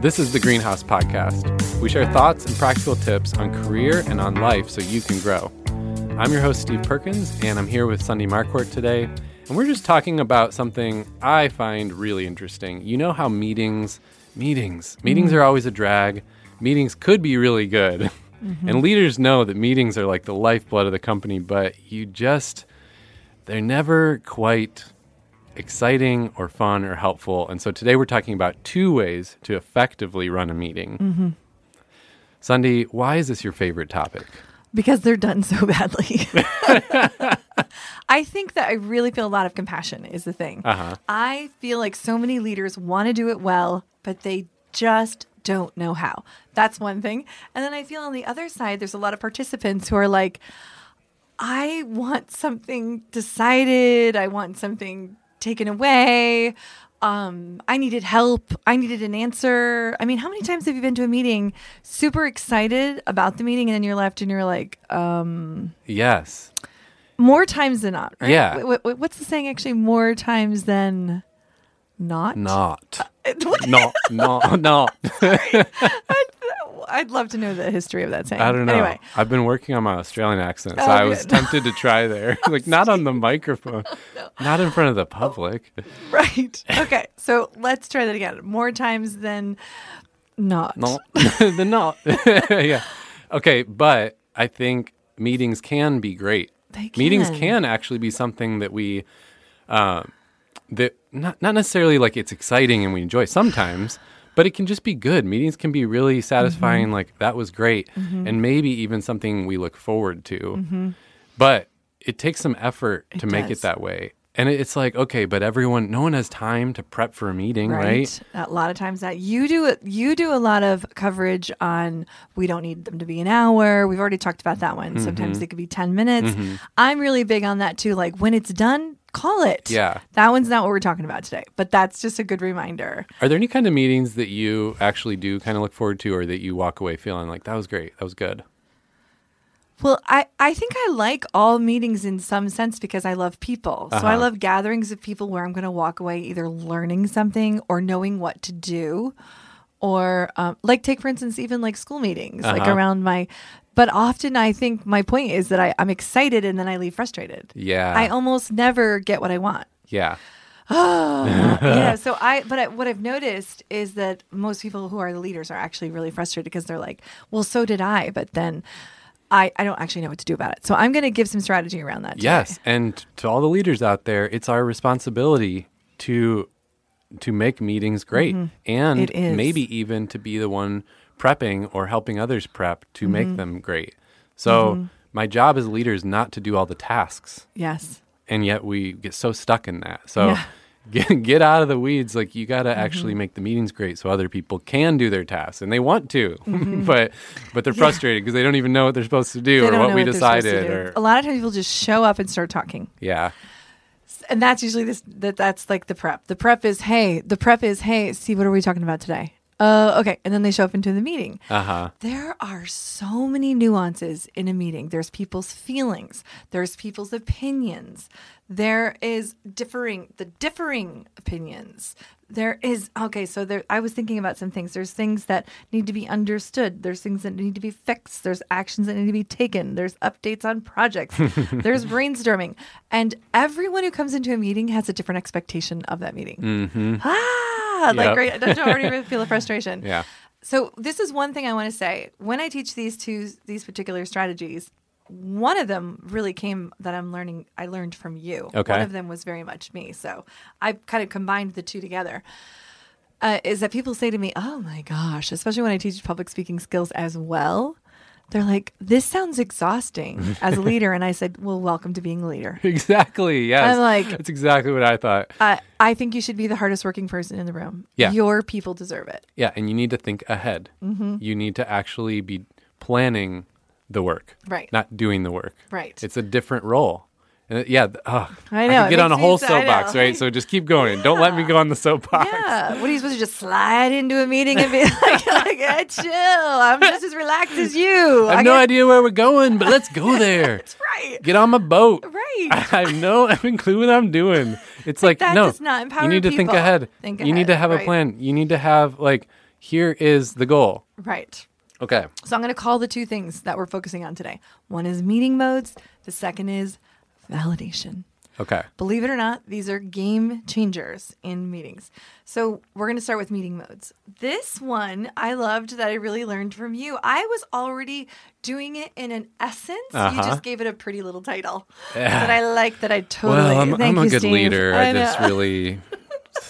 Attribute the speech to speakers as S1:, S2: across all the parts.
S1: This is the Greenhouse Podcast. We share thoughts and practical tips on career and on life so you can grow. I'm your host, Steve Perkins, and I'm here with Sunday Marquardt today. And we're just talking about something I find really interesting. You know how meetings, meetings, meetings are always a drag. Meetings could be really good. And leaders know that meetings are like the lifeblood of the company, but you just, they're never quite exciting or fun or helpful. And so today we're talking about two ways to effectively run a meeting.
S2: Mm-hmm.
S1: Sunday, why is this your favorite topic?
S2: because they're done so badly. I think that I really feel a lot of compassion is the thing.
S1: Uh-huh.
S2: I feel like so many leaders want to do it well, but they just don't know how. That's one thing. And then I feel on the other side, there's a lot of participants who are like, I want something decided. I want something taken away. Um, I needed help. I needed an answer. I mean, how many times have you been to a meeting super excited about the meeting and then you're left and you're like, um,
S1: Yes.
S2: more times than not, right?
S1: Yeah.
S2: Wh- wh- what's the saying actually? More times than not?
S1: Not.
S2: What-
S1: No, no, no.
S2: I'd love to know the history of that saying.
S1: I don't know.
S2: Anyway,
S1: I've been working on my Australian accent, so
S2: Oh,
S1: I was
S2: good.
S1: tempted to try there. like, not on the microphone, not in front of the public.
S2: right. Okay. So let's try that again. More times than not.
S1: No, the no. yeah. Okay, but I think meetings can be great.
S2: They
S1: Meetings
S2: can.
S1: can actually be something that we, um, that not not necessarily like it's exciting and we enjoy sometimes, but it can just be good. Meetings can be really satisfying.
S2: Mm-hmm.
S1: Like that was great, and maybe even something we look forward to. But it takes some effort to make it
S2: Mm-hmm. does.
S1: that way. And it- it's like okay, but everyone, no one has time to prep for a meeting,
S2: Right.
S1: right?
S2: A lot of times that you do it, you do a lot of coverage on we don't need them to be an hour. We've already talked about that one.
S1: Mm-hmm.
S2: Sometimes they could be 10 minutes. I'm really big on that too. Like when it's done, call it.
S1: Yeah.
S2: That one's not what we're talking about today, but that's just a good reminder.
S1: Are there any kind of meetings that you actually do kind of look forward to or that you walk away feeling like that was great, that was good?
S2: Well, I, I think I like all meetings in some sense because I love people. So I
S1: Uh-huh.
S2: love gatherings of people where I'm going to walk away either learning something or knowing what to do. Or, um, like, take for instance, even like school meetings, like
S1: Uh-huh.
S2: around my. But often I think my point is that I, I'm excited and then I leave frustrated.
S1: Yeah.
S2: I almost never get what I want.
S1: yeah.
S2: Uh, yeah. So I, but I, what I've noticed is that most people who are the leaders are actually really frustrated because they're like, well, so did I, but then I, I don't actually know what to do about it. So I'm going to give some strategy around that. today.
S1: Yes. And to all the leaders out there, it's our responsibility to to make meetings great and
S2: Mm-hmm. It is.
S1: maybe even to be the one prepping or helping others prep to
S2: Mm-hmm.
S1: make them great. So my job as a leader is not to do all the tasks.
S2: Yes.
S1: and yet we get so stuck in that. So
S2: Yeah. Mm-hmm.
S1: get get out of the weeds. Like you got to actually make the meetings great so other people can do their tasks, and they want to, but but they're frustrated because they don't even know what they're supposed to do
S2: Mm-hmm. They
S1: or
S2: don't
S1: what
S2: know
S1: we
S2: they're supposed to
S1: decided. Or
S2: do. A lot of times people just show up and start talking.
S1: yeah,
S2: And that's usually this, that that's like the prep. The prep is, hey, the prep is, hey, Steve, what are we talking about today? Uh, okay. And then they show up into the meeting.
S1: uh huh,
S2: There are so many nuances in a meeting. There's people's feelings, there's people's opinions, there is differing the differing opinions. There is okay, so there I was thinking about some things. There's things that need to be understood, there's things that need to be fixed, there's actions that need to be taken, there's updates on projects, there's brainstorming. And everyone who comes into a meeting has a different expectation of that meeting. Ah,
S1: Yep.
S2: like great. Don't you already feel the frustration?
S1: yeah,
S2: So this is one thing I want to say. When I teach these two these particular strategies, one of them really came that I'm learning I learned from you.
S1: Okay.
S2: One of them was very much me. So I kind of combined the two together. Uh, is that people say to me, "Oh my gosh," especially when I teach public speaking skills as well. They're like, "This sounds exhausting as a leader." and I said, "Well, welcome to being a leader."
S1: exactly. Yes,
S2: I'm like-
S1: that's exactly what I thought.
S2: Uh, I think you should be the hardest working person in the room.
S1: Yeah.
S2: Your people deserve it.
S1: Yeah, and you need to think ahead.
S2: Mm-hmm.
S1: You need to actually be planning the work,
S2: Right.
S1: Not doing the work,
S2: Right.
S1: It's a different role. And it- yeah, th- ugh,
S2: I know,
S1: could
S2: it
S1: get on a
S2: makes me
S1: whole
S2: sad. I
S1: soapbox,
S2: know.
S1: right? So just keep going. Don't let me go on the soapbox.
S2: Yeah. What are you supposed to just slide into a meeting and be like, like "Uh, chill? I'm just as relaxed as you.
S1: I have no idea where we're going, but let's go there.
S2: That's right.
S1: Get on my boat. I
S2: Right.
S1: have no clue what I'm doing. It's like
S2: that
S1: no,
S2: does not empower
S1: you need to think
S2: people.
S1: ahead.
S2: Think
S1: you need
S2: ahead,
S1: to have a
S2: right.
S1: plan. You need to have like here is the goal.
S2: Right.
S1: Okay.
S2: So I'm going to call the two things that we're focusing on today. One is meeting modes, the second is validation.
S1: Okay.
S2: Believe it or not, these are game changers in meetings. So, we're going to start with meeting modes. This one I loved that I really learned from you. I was already doing it in an essence. You
S1: Uh-huh.
S2: just gave it a pretty little title.
S1: Yeah.
S2: But I like that I totally.
S1: Well, I'm,
S2: Thank
S1: I'm a
S2: you,
S1: good
S2: Steve.
S1: leader. I,
S2: know.
S1: just really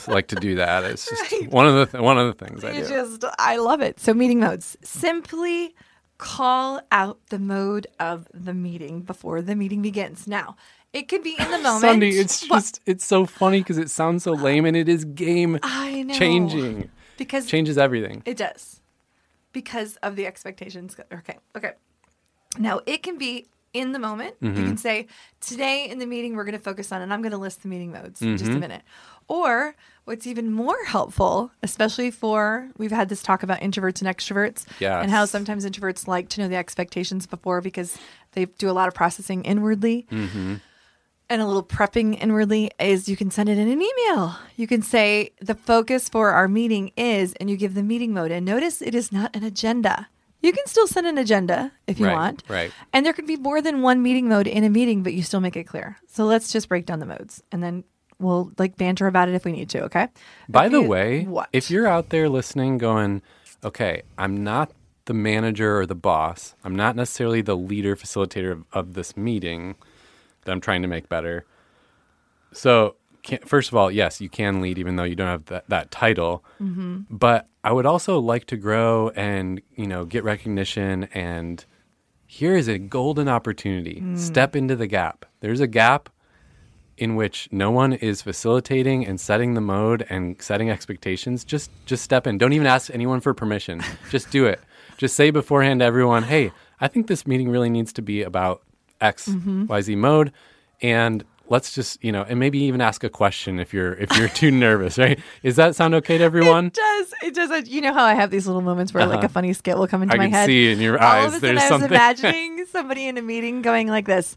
S1: like to do that. It's just
S2: Right.
S1: one of the th- one of the things I do.
S2: You just, I love it. So, meeting modes. Simply call out the mode of the meeting before the meeting begins. Now, it could be in the moment.
S1: Sunday, it's
S2: What-
S1: just it's so funny because it sounds so lame, and it is game
S2: I know.
S1: changing.
S2: because
S1: Changes everything.
S2: It does. Because of the expectations. Okay. Okay. Now, it can be in the moment. You can say, today in the meeting, we're going to focus on, and I'm going to list the meeting modes in just a minute. Or what's even more helpful, especially for, we've had this talk about introverts and extroverts and how
S1: Yes.
S2: sometimes introverts like to know the expectations before because they do a lot of processing inwardly and a little prepping inwardly is you can send it in an email. You can say the focus for our meeting is, and you give the meeting mode. And notice it is not an agenda. You can still send an agenda if you
S1: Right,
S2: want.
S1: right.
S2: And there can be more than one meeting mode in a meeting, but you still make it clear. So let's just break down the modes and then we'll like banter about it if we need to, okay?
S1: By
S2: If
S1: the
S2: you-
S1: way,
S2: what?
S1: if you're out there listening, going, okay, I'm not the manager or the boss. I'm not necessarily the leader facilitator of, of this meeting that I'm trying to make better. So, can, first of all, yes, you can lead even though you don't have that, that title. But I would also like to grow and you know get recognition. And here is a golden opportunity. Step into the gap. There's a gap in which no one is facilitating and setting the mode and setting expectations just just step in don't even ask anyone for permission just do it just say beforehand to everyone hey i think this meeting really needs to be about X, Y, Z mode and let's just you know and maybe even ask a question if you're if you're too nervous right is that sound okay to everyone
S2: It does. It does. You know how I have these little moments where like a funny skit will come into
S1: Uh-huh. i
S2: my
S1: can
S2: head.
S1: see in your
S2: All of
S1: eyes
S2: a sudden,
S1: there's
S2: I was
S1: something
S2: imagining somebody in a meeting going like this.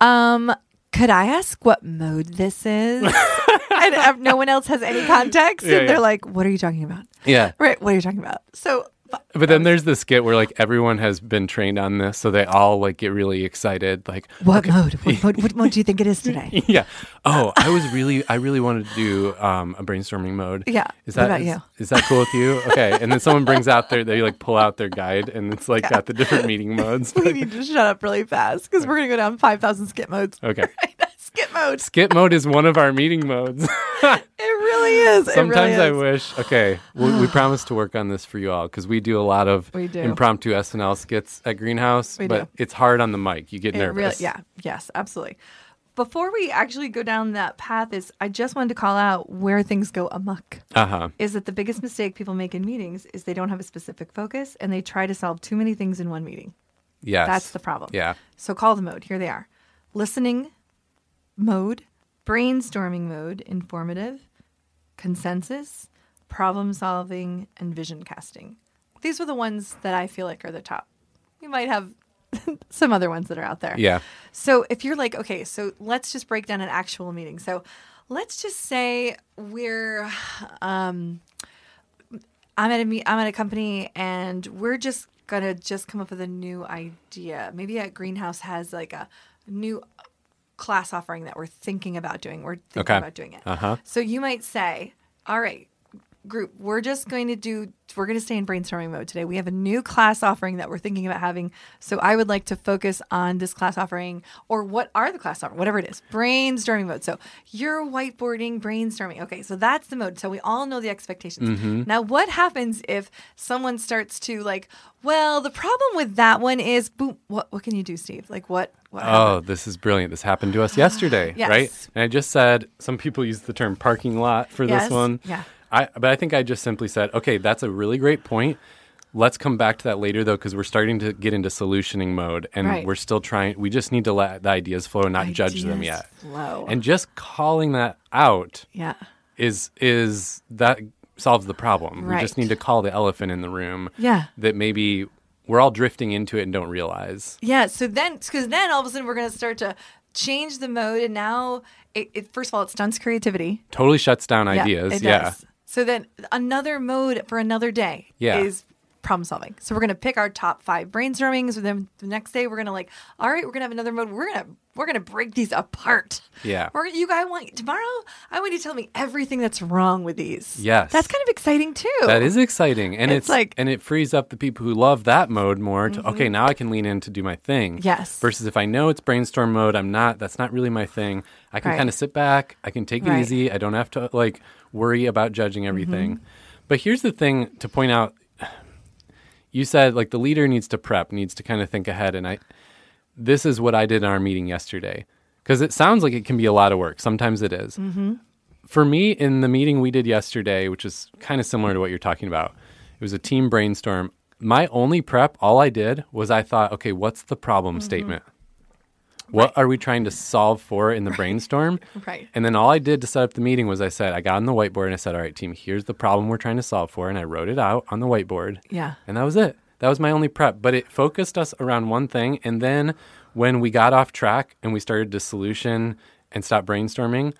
S2: Um, could I ask what mode this is? and uh, no one else has any context,
S1: Yeah,
S2: and they're
S1: yeah.
S2: like, "What are you talking about?"
S1: yeah
S2: Right? What are you talking about? So, but-
S1: But then there's the skit where like everyone has been trained on this, so they all like get really excited. Like,
S2: what mode? What mode? What mode do you think it is today?
S1: yeah. Oh, I was really, I really wanted to do um, a brainstorming mode.
S2: Yeah.
S1: Is
S2: What
S1: that
S2: about
S1: is-
S2: you?
S1: Is that cool with you? Okay. And then someone brings out their, they like pull out their guide, and it's like got the different meeting modes.
S2: we need to shut up really fast because we're gonna go down five thousand skit modes.
S1: Okay.
S2: skit modes.
S1: Skit mode is one of our meeting modes.
S2: It really is. It
S1: Sometimes
S2: really
S1: I
S2: is.
S1: wish. Okay, we, we promise to work on this for you all because we do a lot of
S2: We do.
S1: impromptu SNL skits at Greenhouse,
S2: We
S1: but it's hard on the mic. You get
S2: It really-
S1: nervous.
S2: yeah. Yes. Absolutely. Before we actually go down that path, is I just wanted to call out where things go amok.
S1: Uh huh.
S2: Is that the biggest mistake people make in meetings? Is they don't have a specific focus and they try to solve too many things in one meeting.
S1: Yes.
S2: That's the problem.
S1: Yeah.
S2: So call the mode. Here they are: listening mode, brainstorming mode, informative, consensus, problem solving, and vision casting. These were the ones that I feel like are the top. You might have some other ones that are out there.
S1: Yeah.
S2: So if you're like, okay, so let's just break down an actual meeting. So let's just say we're um I'm at a meet I'm at a company and we're just gonna just come up with a new idea. Maybe a greenhouse has like a new class offering that we're thinking about doing. We're thinking
S1: Okay.
S2: about doing it.
S1: Uh-huh.
S2: So you might say, all right, group, we're just going to do, we're going to stay in brainstorming mode today. We have a new class offering that we're thinking about having. So I would like to focus on this class offering or what are the class offering, whatever it is, brainstorming mode. So you're whiteboarding, brainstorming. Okay, so that's the mode. So we all know the expectations.
S1: Mm-hmm.
S2: Now, what happens if someone starts to like, well, the problem with that one is, boom, what, what can you do, Steve? Like, what? what happened?
S1: Oh, this is brilliant. This happened to us yesterday,
S2: Yes.
S1: right? And I just said some people use the term parking lot for
S2: Yes,
S1: this one.
S2: yeah.
S1: I, but I think I just simply said, okay, that's a really great point. Let's come back to that later, though, because we're starting to get into solutioning mode and
S2: Right.
S1: we're still trying. We just need to let the ideas flow and not judge them
S2: Ideas
S1: yet.
S2: flow.
S1: And just calling that out
S2: yeah.
S1: is is that solves the problem. We just
S2: Right.
S1: need to call the elephant in the room
S2: Yeah.
S1: that maybe we're all drifting into it and don't realize.
S2: Yeah. So then, because then all of a sudden we're going to start to change the mode, and now, it, it, first of all, it stunts creativity.
S1: Totally shuts down
S2: Yeah,
S1: ideas.
S2: it
S1: yeah.
S2: does. So then another mode for another day
S1: Yeah.
S2: is problem solving. So we're gonna pick our top five brainstormings. And then the next day we're gonna like, all right, we're gonna have another mode. We're gonna we're gonna break these apart.
S1: Yeah.
S2: We're gonna, you guys want tomorrow? I want you to tell me everything that's wrong with these.
S1: Yes.
S2: That's kind of exciting too.
S1: That is exciting, and it's,
S2: It's like- Mm-hmm.
S1: and it frees up the people who love that mode more to okay, now I can lean in to do my thing.
S2: Yes.
S1: Versus if I know it's brainstorm mode, I'm not. That's not really my thing. I can
S2: Right.
S1: kind of sit back. I can take it
S2: Right. Mm-hmm.
S1: easy. I don't have to like worry about judging everything. But here's the thing to point out. You said like the leader needs to prep, needs to kind of think ahead, and I this is what I did in our meeting yesterday. Because it sounds like it can be a lot of work. Sometimes it
S2: Mm-hmm.
S1: is. For me, in the meeting we did yesterday, which is kind of similar to what you're talking about, it was a team brainstorm. My only prep, all I did was I thought, okay, what's the problem
S2: Mm-hmm.
S1: statement? What are we trying to solve for in the brainstorm?
S2: Right.
S1: And then all I did to set up the meeting was I said, I got on the whiteboard and I said, all right, team, here's the problem we're trying to solve for. And I wrote it out on the whiteboard.
S2: Yeah.
S1: And that was it. That was my only prep, but it focused us around one thing. And then when we got off track and we started to solution and stopped brainstorming,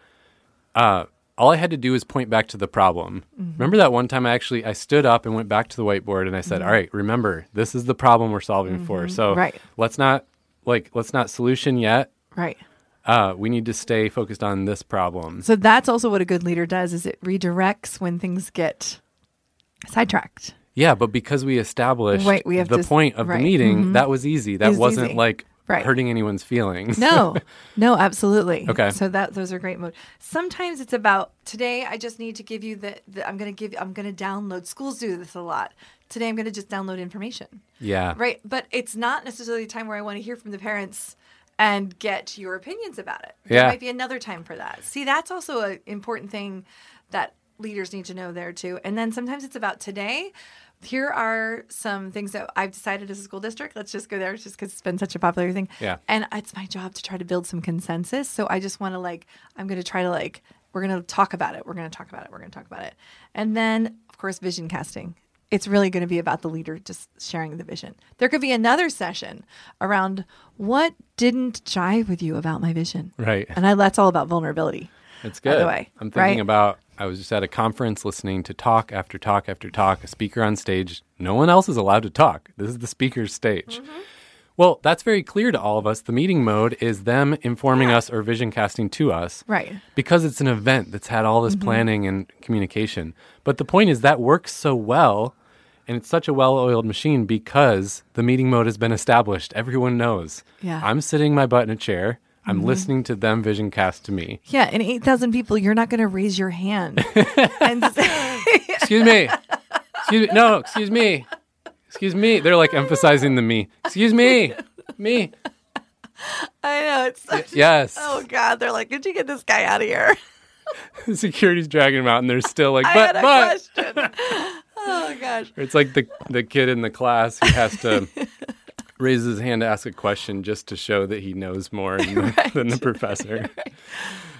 S1: uh, all I had to do was point back to the problem.
S2: Mm-hmm.
S1: Remember that one time I actually I stood up and went back to the whiteboard and I said, "All right, remember this is the problem we're solving for. So
S2: Mm-hmm. Right.
S1: let's not like let's not solution yet.
S2: Right.
S1: Uh, we need to stay focused on this problem."
S2: So that's also what a good leader does is it redirects when things get sidetracked.
S1: Yeah, but because we established
S2: Right, we have
S1: the
S2: to s-
S1: point of
S2: right.
S1: the meeting, that was easy. That
S2: was
S1: wasn't
S2: easy.
S1: like
S2: Right.
S1: hurting anyone's feelings.
S2: No, no, absolutely.
S1: Okay.
S2: So that those are great mode. Sometimes it's about today. I just need to give you the, the I'm going to give. I'm going to download. Schools do this a lot. Today I'm going to just download information.
S1: Yeah.
S2: Right. But it's not necessarily a time where I want to hear from the parents and get your opinions about it.
S1: Yeah.
S2: There might be another time for that. See, that's also an important thing that leaders need to know there too. And then sometimes it's about today. Here are some things that I've decided as a school district. Let's just go there just because it's been such a popular thing.
S1: Yeah.
S2: And it's my job to try to build some consensus. So I just want to like, I'm going to try to like, we're going to talk about it. We're going to talk about it. We're going to talk about it. And then, of course, vision casting. It's really going to be about the leader just sharing the vision. There could be another session around what didn't jive with you about my vision.
S1: Right.
S2: And I, that's all about vulnerability.
S1: It's
S2: by
S1: good.
S2: the way,
S1: I'm thinking
S2: right?
S1: about I was just at a conference listening to talk after talk after talk, a speaker on stage. No one else is allowed to talk. This is the speaker's stage.
S2: Mm-hmm.
S1: Well, that's very clear to all of us. The meeting mode is them informing us or vision casting to us.
S2: Right. Mm-hmm.
S1: Because it's an event that's had all this planning and communication. But the point is that works so well and it's such a well-oiled machine because the meeting mode has been established. Everyone knows.
S2: Yeah. Mm-hmm.
S1: I'm sitting my butt in a chair. I'm listening to them vision cast to me.
S2: Yeah. And 8,000 people, you're not going to raise your hand. and
S1: excuse me. Excuse me. No, excuse me. Excuse me. They're like emphasizing the me. Excuse me. Me.
S2: I know it's such,
S1: Yes.
S2: oh God, they're like, did you get this guy out of here?
S1: Security's dragging them out and they're still like,
S2: I
S1: but,
S2: had a
S1: but.
S2: question. oh gosh.
S1: It's like the, the kid in the class who has to raise his hand to ask a question just to show that he knows more than, the- than the professor.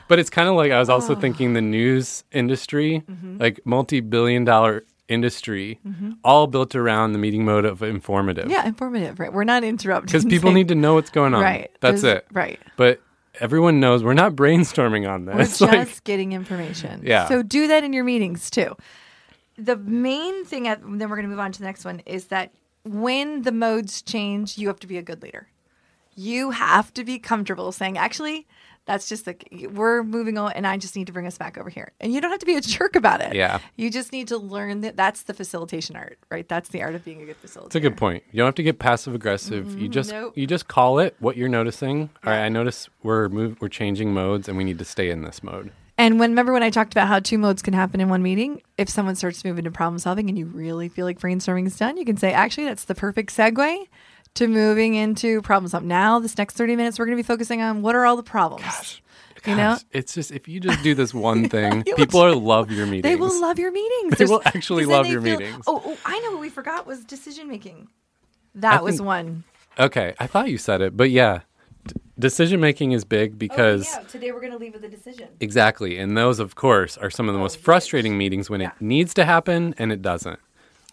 S1: But it's kind of like I was also
S2: Ah.
S1: thinking the news industry,
S2: Mm-hmm.
S1: like multi billion dollar industry, all built around the meeting mode of informative.
S2: Yeah, informative, right? We're not interrupting.
S1: Because people need to know what's going on.
S2: Right.
S1: That's
S2: There's-
S1: it.
S2: Right.
S1: But everyone knows we're not brainstorming on
S2: We're
S1: this.
S2: just
S1: like,
S2: getting information.
S1: Yeah.
S2: So do that in your meetings too. The main thing, at, then we're going to move on to the next one, is that when the modes change, you have to be a good leader. You have to be comfortable saying, actually, that's just like we're moving on, and I just need to bring us back over here. And you don't have to be a jerk about it.
S1: Yeah.
S2: You just need to learn that that's the facilitation art, right? That's the art of being a good facilitator.
S1: it's a good point. You don't have to get passive aggressive. you just
S2: Mm-hmm. nope.
S1: you just call it what you're noticing. All right, I notice we're move, we're changing modes and we need to stay in this mode.
S2: And when remember when I talked about how two modes can happen in one meeting? If someone starts to move into problem solving and you really feel like brainstorming is done, you can say, actually, that's the perfect segue to moving into problem solving. Now, this next 30 minutes, we're going to be focusing on what are all the problems. you know,
S1: Gosh, it's just if you just do this one thing,
S2: You will
S1: people are love your meetings.
S2: they will love your meetings.
S1: They
S2: There's-
S1: will actually
S2: 'cause then
S1: love
S2: they
S1: your meetings.
S2: Oh, oh, I know what we forgot was decision making. That was
S1: think-
S2: one.
S1: Okay, I thought you said it, but yeah, D- decision making is
S2: Oh,
S1: big because
S2: Today we're going to leave with a decision.
S1: Exactly. And those, of course, are some of the most
S2: Oh,
S1: frustrating meetings when it needs to happen and it doesn't.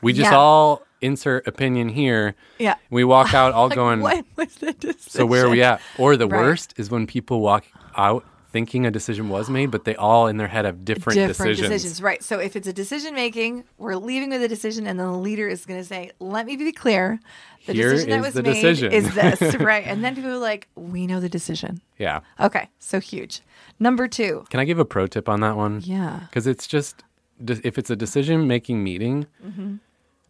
S1: We just
S2: Yeah.
S1: all insert opinion here.
S2: Yeah.
S1: We walk out all going,
S2: What was the decision?
S1: so where are we at? Or the
S2: Right.
S1: worst is when people walk out thinking a decision was made, but they all in their head have different, decisions.
S2: right? So if it's a decision making, we're leaving with a decision, and then the leader is going to say, "Let me be clear, the
S1: Here
S2: decision that
S1: is
S2: was
S1: the
S2: made
S1: decision."
S2: is this, right?" And then people are like, "We know the decision."
S1: Yeah.
S2: Okay, so huge. Number two,
S1: Can I give a pro tip on that one?
S2: yeah,
S1: Because it's just, de- if it's a decision making meeting,
S2: Mm-hmm.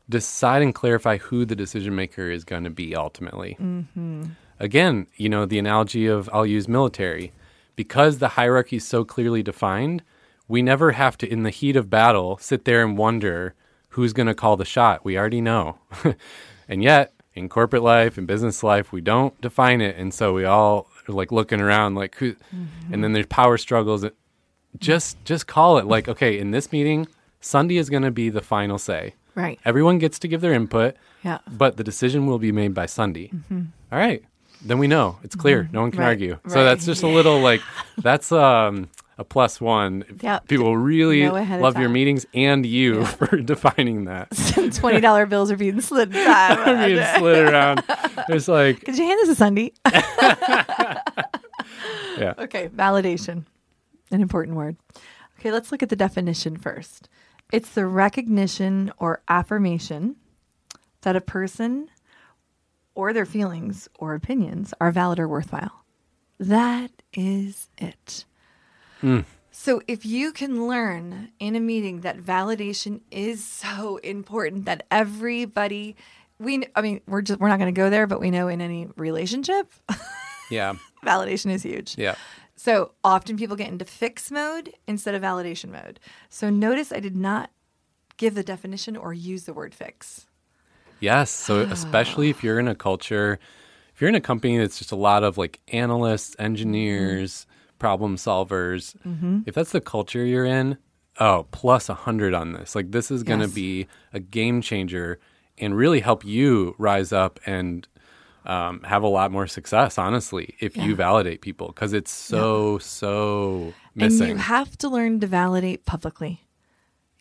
S1: decide and clarify who the decision maker is going to be ultimately. Again, you know, the analogy of I'll use military. Because the hierarchy is so clearly defined, we never have to, in the heat of battle, sit there and wonder who's going to call the shot. We already know. and yet, in corporate life and business life, we don't define it. And so we all are like looking around, like who, and then there's power struggles just just call it like okay in this meeting sunday is going to be the final say
S2: right,
S1: everyone gets to give their input
S2: yeah, Mm-hmm.
S1: but the decision will be made by sunday All right then we know it's clear no one can
S2: Right,
S1: argue so
S2: right.
S1: that's just a little like that's um a plus one
S2: Yeah,
S1: people really
S2: know ahead of
S1: love your
S2: time.
S1: meetings and you for defining that
S2: twenty dollar bills are being slid aside.
S1: i mean slid around there's like
S2: Could you hand this a Sunday?
S1: Yeah.
S2: Okay, validation, an important word. Okay, let's look at the definition first. It's the recognition or affirmation that a person or their feelings or opinions are valid or worthwhile. That is it. So, if you can learn in a meeting that validation is so important that everybody, we, I mean, we're just, we're not going to go there, but we know in any relationship,
S1: yeah
S2: validation is huge.
S1: yeah
S2: So, often people get into fix mode instead of validation mode. So, notice I did not give the definition or use the word fix.
S1: Yes. So especially if you're in a culture, if you're in a company that's just a lot of like analysts, engineers, problem solvers,
S2: Mm-hmm.
S1: if that's the culture you're in, oh, plus a hundred on this. Like this is going to
S2: Yes.
S1: be a game changer and really help you rise up and um, have a lot more success. Honestly, if you validate people, because it's so so
S2: And
S1: missing.
S2: you have to learn to validate publicly.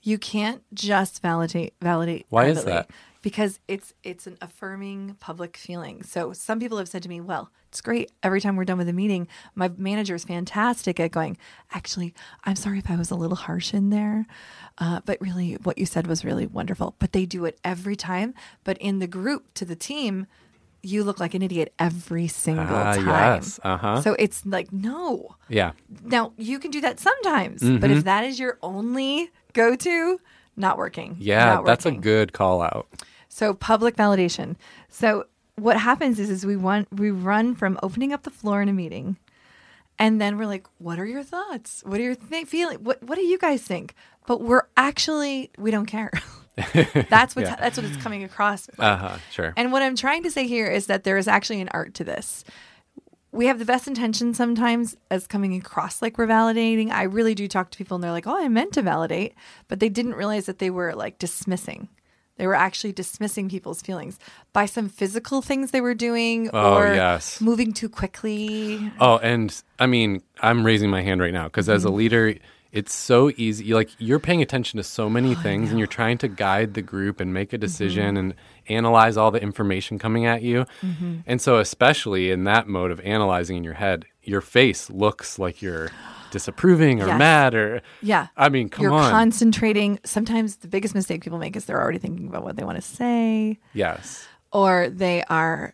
S2: You can't just validate validate.
S1: Why is
S2: privately
S1: that?
S2: Because it's it's an affirming public feeling. So some people have said to me, "Well, it's great. Every time we're done with a meeting, my manager is fantastic at going. Actually, I'm sorry if I was a little harsh in there, uh, but really, what you said was really wonderful. But they do it every time. But in the group to the team, you look like an idiot every single
S1: Ah,
S2: time.
S1: yes. Uh-huh.
S2: So it's like no.
S1: yeah.
S2: Now, you can do that sometimes, but
S1: Mm-hmm.
S2: if that is your only go to, not working.
S1: Yeah,
S2: Not
S1: that's a
S2: working.
S1: good call out.
S2: So, public validation. So, what happens is, is we want we run from opening up the floor in a meeting, and then we're like, "What are your thoughts? What are your th- feeling? What What do you guys think?" But we're actually we don't care. that's what
S1: Yeah.
S2: that's what it's coming across.
S1: Uh huh. Sure.
S2: And what I'm trying to say here is that there is actually an art to this. We have the best intentions sometimes as coming across like we're validating. I really do talk to people and they're like, oh, I meant to validate, but they didn't realize that they were like dismissing. They were actually dismissing people's feelings by some physical things they were doing
S1: Oh,
S2: or
S1: yes.
S2: moving too quickly.
S1: Oh, and I mean, I'm raising my hand right now because as a
S2: Mm-hmm.
S1: leader, it's so easy. Like you're paying attention to so many
S2: Oh,
S1: things, and you're trying to guide the group and make a decision
S2: Mm-hmm.
S1: and analyze all the information coming at you. And so, especially in that mode of analyzing in your head, your face looks like you're disapproving or
S2: Yes.
S1: mad or
S2: Yeah.
S1: I mean, come
S2: You're
S1: on.
S2: concentrating. Sometimes the biggest mistake people make is they're already thinking about what they want to say.
S1: yes,
S2: or they are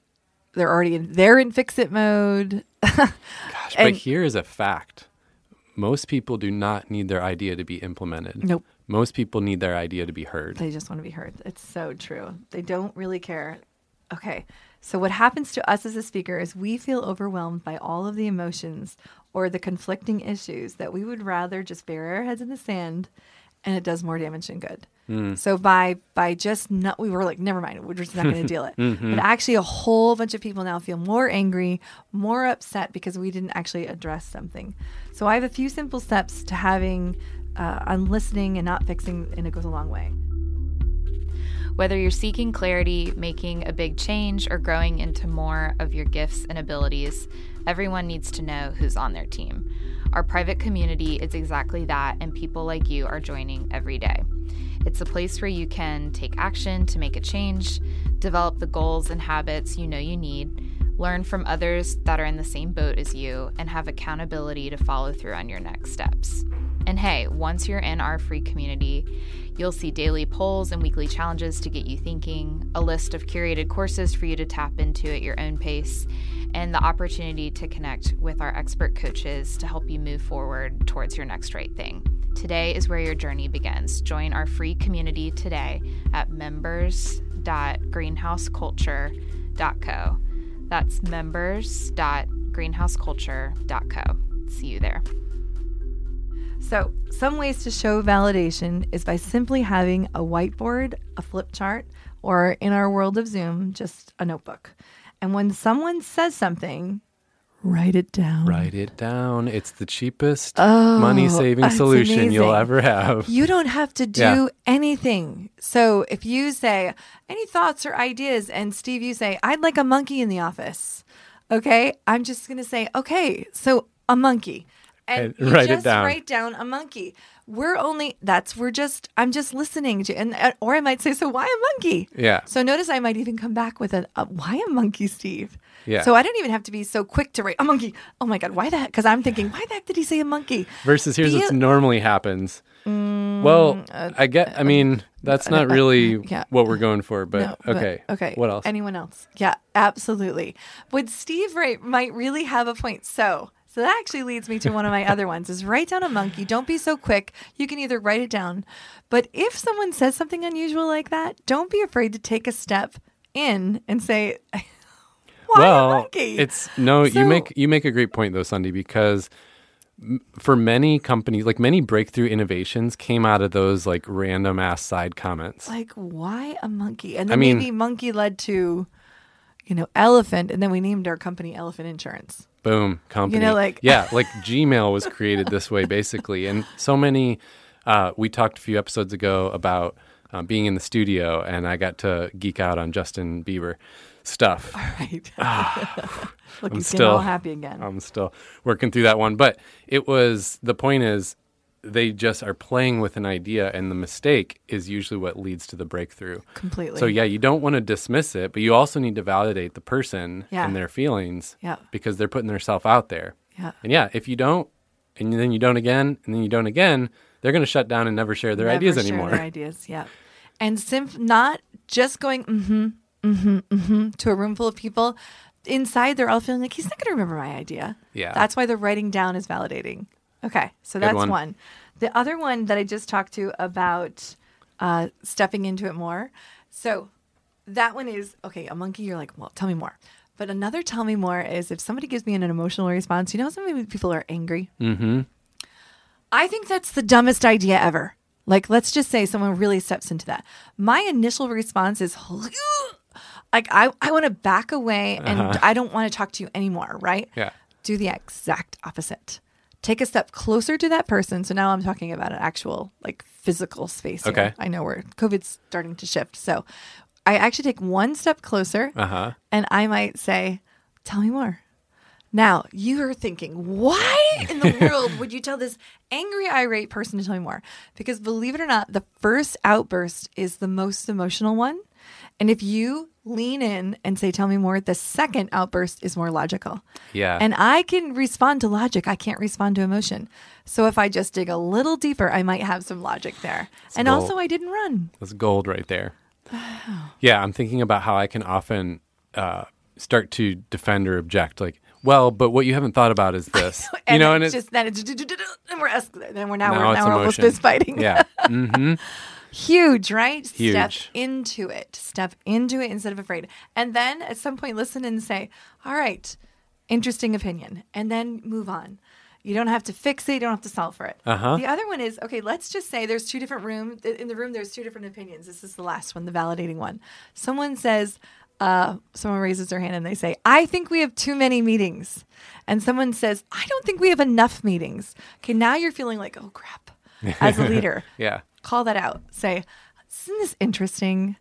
S2: they're already in they're in fix it mode.
S1: gosh.
S2: And-
S1: but here is a fact: most people do not need their idea to be implemented.
S2: Nope.
S1: Most people need their idea to be heard.
S2: They just want to be heard. It's so true. They don't really care. Okay. So what happens to us as a speaker is we feel overwhelmed by all of the emotions or the conflicting issues that we would rather just bury our heads in the sand and it does more damage than good. So by by just not we were like never mind we're just not going to deal it. But actually a whole bunch of people now feel more angry, more upset because we didn't actually address something. So I have a few simple steps to having uh, on listening and not fixing and it goes a long way.
S3: Whether you're seeking clarity, making a big change, or growing into more of your gifts and abilities, everyone needs to know who's on their team. Our private community is exactly that, and people like you are joining every day. It's a place where you can take action to make a change, develop the goals and habits you know you need, learn from others that are in the same boat as you, and have accountability to follow through on your next steps. And hey, once you're in our free community, you'll see daily polls and weekly challenges to get you thinking, a list of curated courses for you to tap into at your own pace, and the opportunity to connect with our expert coaches to help you move forward towards your next right thing. Today is where your journey begins. Join our free community today at members.greenhouseculture.co. That's members.greenhouseculture.co. See you there.
S2: So, some ways to show validation is by simply having a whiteboard, a flip chart, or in our world of Zoom, just a notebook. And when someone says something, write it down.
S1: Write it down. It's the cheapest
S2: Oh,
S1: money saving
S2: it's
S1: solution you'll
S2: amazing.
S1: ever have.
S2: You don't have to do
S1: Yeah.
S2: anything. So if you say, any thoughts or ideas, and Steve, you say, I'd like a monkey in the office. Okay. I'm just going to say, okay, so a monkey. And,
S1: And
S2: you
S1: write it
S2: just
S1: down.
S2: write down a monkey. We're only, that's, we're just, I'm just listening to, and uh, or I might say, so why a monkey?
S1: Yeah.
S2: So notice I might even come back with a, a why a monkey, Steve?
S1: Yeah.
S2: So I don't even have to be so quick to write a monkey. Oh my God, why that? Because I'm thinking, why the heck did he say a monkey?
S1: Versus here's
S2: Be
S1: what
S2: a-
S1: normally happens.
S2: Mm,
S1: well,
S2: uh,
S1: I get. I mean, that's not really
S2: yeah.
S1: what we're going for. But
S2: No, but-
S1: okay,
S2: okay.
S1: What else?
S2: Anyone else? Yeah, absolutely. Would Steve right might really have a point? So, so that actually leads me to one of my other ones: is write down a monkey. Don't be so quick. You can either write it down, but if someone says something unusual like that, don't be afraid to take a step in and say, "Why
S1: well,
S2: a monkey?"
S1: it's no. you
S2: So-
S1: make you make a great point though, Sunday, because m- for many companies, like many breakthrough innovations, came out of those like random ass side comments.
S2: like why a monkey, and then
S1: mean-
S2: maybe monkey led to, you know, elephant, and then we named our company Elephant Insurance.
S1: Boom, company.
S2: like-
S1: yeah, like Gmail was created this way basically, and so many. Uh, we talked a few episodes ago about um, being in the studio, and I got to geek out on Justin Bieber stuff.
S2: Right. Look,
S1: Ah, I'm
S2: he's
S1: still-
S2: getting all happy again.
S1: I'm still working through that one. But it was the point is they just are playing with an idea, and the mistake is usually what leads to the breakthrough.
S2: completely.
S1: So yeah, you don't want to dismiss it, but you also need to validate the person
S2: Yeah.
S1: and their feelings
S2: Yeah.
S1: because they're putting themselves out there.
S2: Yeah.
S1: And yeah, if you don't, and then you don't again, and then you don't again, they're going to shut down and never share their
S2: Never
S1: ideas
S2: share
S1: anymore.
S2: Their ideas, yeah. And simf- not just going mm-hmm, mm-hmm, mm-hmm to a room full of people. Inside, they're all feeling like he's not going to remember my idea.
S1: Yeah.
S2: that's why the writing down is validating. Okay, so that's
S1: one.
S2: one. The other one that I just talked to about uh, stepping into it more. So that one is okay. A monkey, you're like, well, tell me more. But another tell me more is if somebody gives me an, an emotional response. You know, how some people are angry. I think that's the dumbest idea ever. Like, let's just say someone really steps into that. My initial response is, like, I, I want to back away and I don't want to talk to you anymore, right?
S1: Uh-huh. Yeah.
S2: Do the exact opposite. Take a step closer to that person. So now I'm talking about an actual, like, physical space. here.
S1: Okay.
S2: I know where COVID's starting to shift. So I actually take one step closer
S1: Uh huh.
S2: and I might say, Tell me more. Now, you are thinking, why in the world would you tell this angry, irate person to tell me more? Because believe it or not, the first outburst is the most emotional one. And if you lean in and say, Tell me more, the second outburst is more logical.
S1: Yeah.
S2: And I can respond to logic. I can't respond to emotion. So if I just dig a little deeper, I might have some logic there. and
S1: gold.
S2: also, I didn't run.
S1: That's gold right there. yeah, I'm thinking about how I can often uh, start to defend or object, like, well, but what you haven't thought about is this, you know, and
S2: it's
S1: it's
S2: just then it's and we're escal- then we're now,
S1: now
S2: we're,
S1: it's
S2: now we're almost
S1: emotion.
S2: fist fighting.
S1: yeah,
S2: huge, right? Step
S1: Huge.
S2: into it. Step into it instead of afraid. And then at some point, listen and say, all right, interesting opinion. And then move on. You don't have to fix it. You don't have to solve for it.
S1: Uh-huh.
S2: The other one is okay, let's just say there's two different room In the room, there's two different opinions. This is the last one, the validating one. Someone says, uh, someone raises their hand and they say, I think we have too many meetings. And someone says, I don't think we have enough meetings. Okay, now you're feeling like, oh crap, as a leader
S1: yeah,
S2: call that out. Say, isn't this interesting?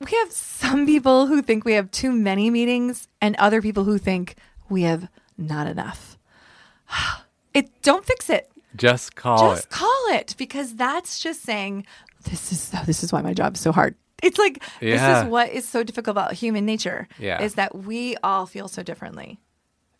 S2: We have some people who think we have too many meetings and other people who think we have not enough. It don't fix it.
S1: just call
S2: just
S1: it.
S2: call it because that's just saying this is this is oh, why my job is so hard. It's like this
S1: Yeah.
S2: is what is so difficult about human nature.
S1: Yeah.
S2: Is that we all feel so differently.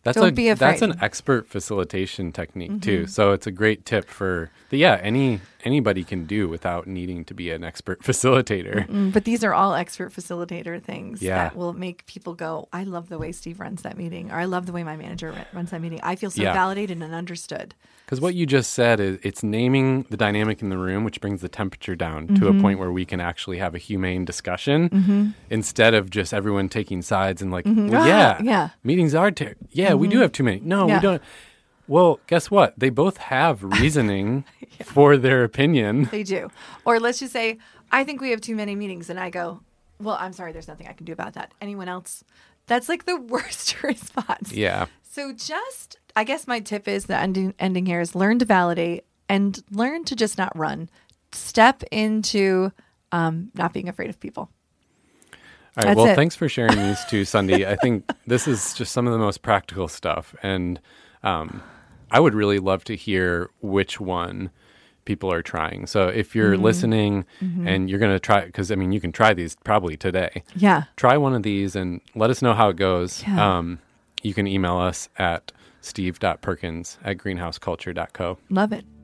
S1: That's
S2: Don't
S1: a,
S2: be
S1: That's
S2: afraid. Mm-hmm.
S1: an expert facilitation technique too. So it's a great tip for that. Yeah, any anybody can do without needing to be an expert facilitator.
S2: Mm, But these are all expert facilitator things
S1: Yeah.
S2: that will make people go, I love the way Steve runs that meeting, or I love the way my manager ru- runs that meeting. I feel so
S1: Yeah.
S2: validated and understood.
S1: Because what you just said is it's naming the dynamic in the room, which brings the temperature down to
S2: Mm-hmm.
S1: a point where we can actually have a humane discussion instead of just everyone taking sides and like, well,
S2: Ah,
S1: yeah,
S2: yeah. Mm-hmm.
S1: meetings are ter- yeah, we do have too many. No,
S2: Yeah.
S1: we don't. Well, guess what? They both have reasoning for their opinion.
S2: They do. Or let's just say, I think we have too many meetings, and I go, Well, I'm sorry, there's nothing I can do about that. Anyone else? That's like the worst response.
S1: Yeah,
S2: So just, I guess my tip is the ending, ending here is learn to validate and learn to just not run. Step into um, not being afraid of people.
S1: All right.
S2: That's
S1: well,
S2: it.
S1: thanks for sharing these two, Sunday. I think this is just some of the most practical stuff, and um, I would really love to hear which one people are trying. So if you're
S2: Mm-hmm.
S1: listening and you're going to try, because I mean, you can try these probably today.
S2: Yeah.
S1: Try one of these and let us know how it goes.
S2: Yeah.
S1: Um, you can email us at steve.perkins at greenhouseculture.co.
S2: Love it.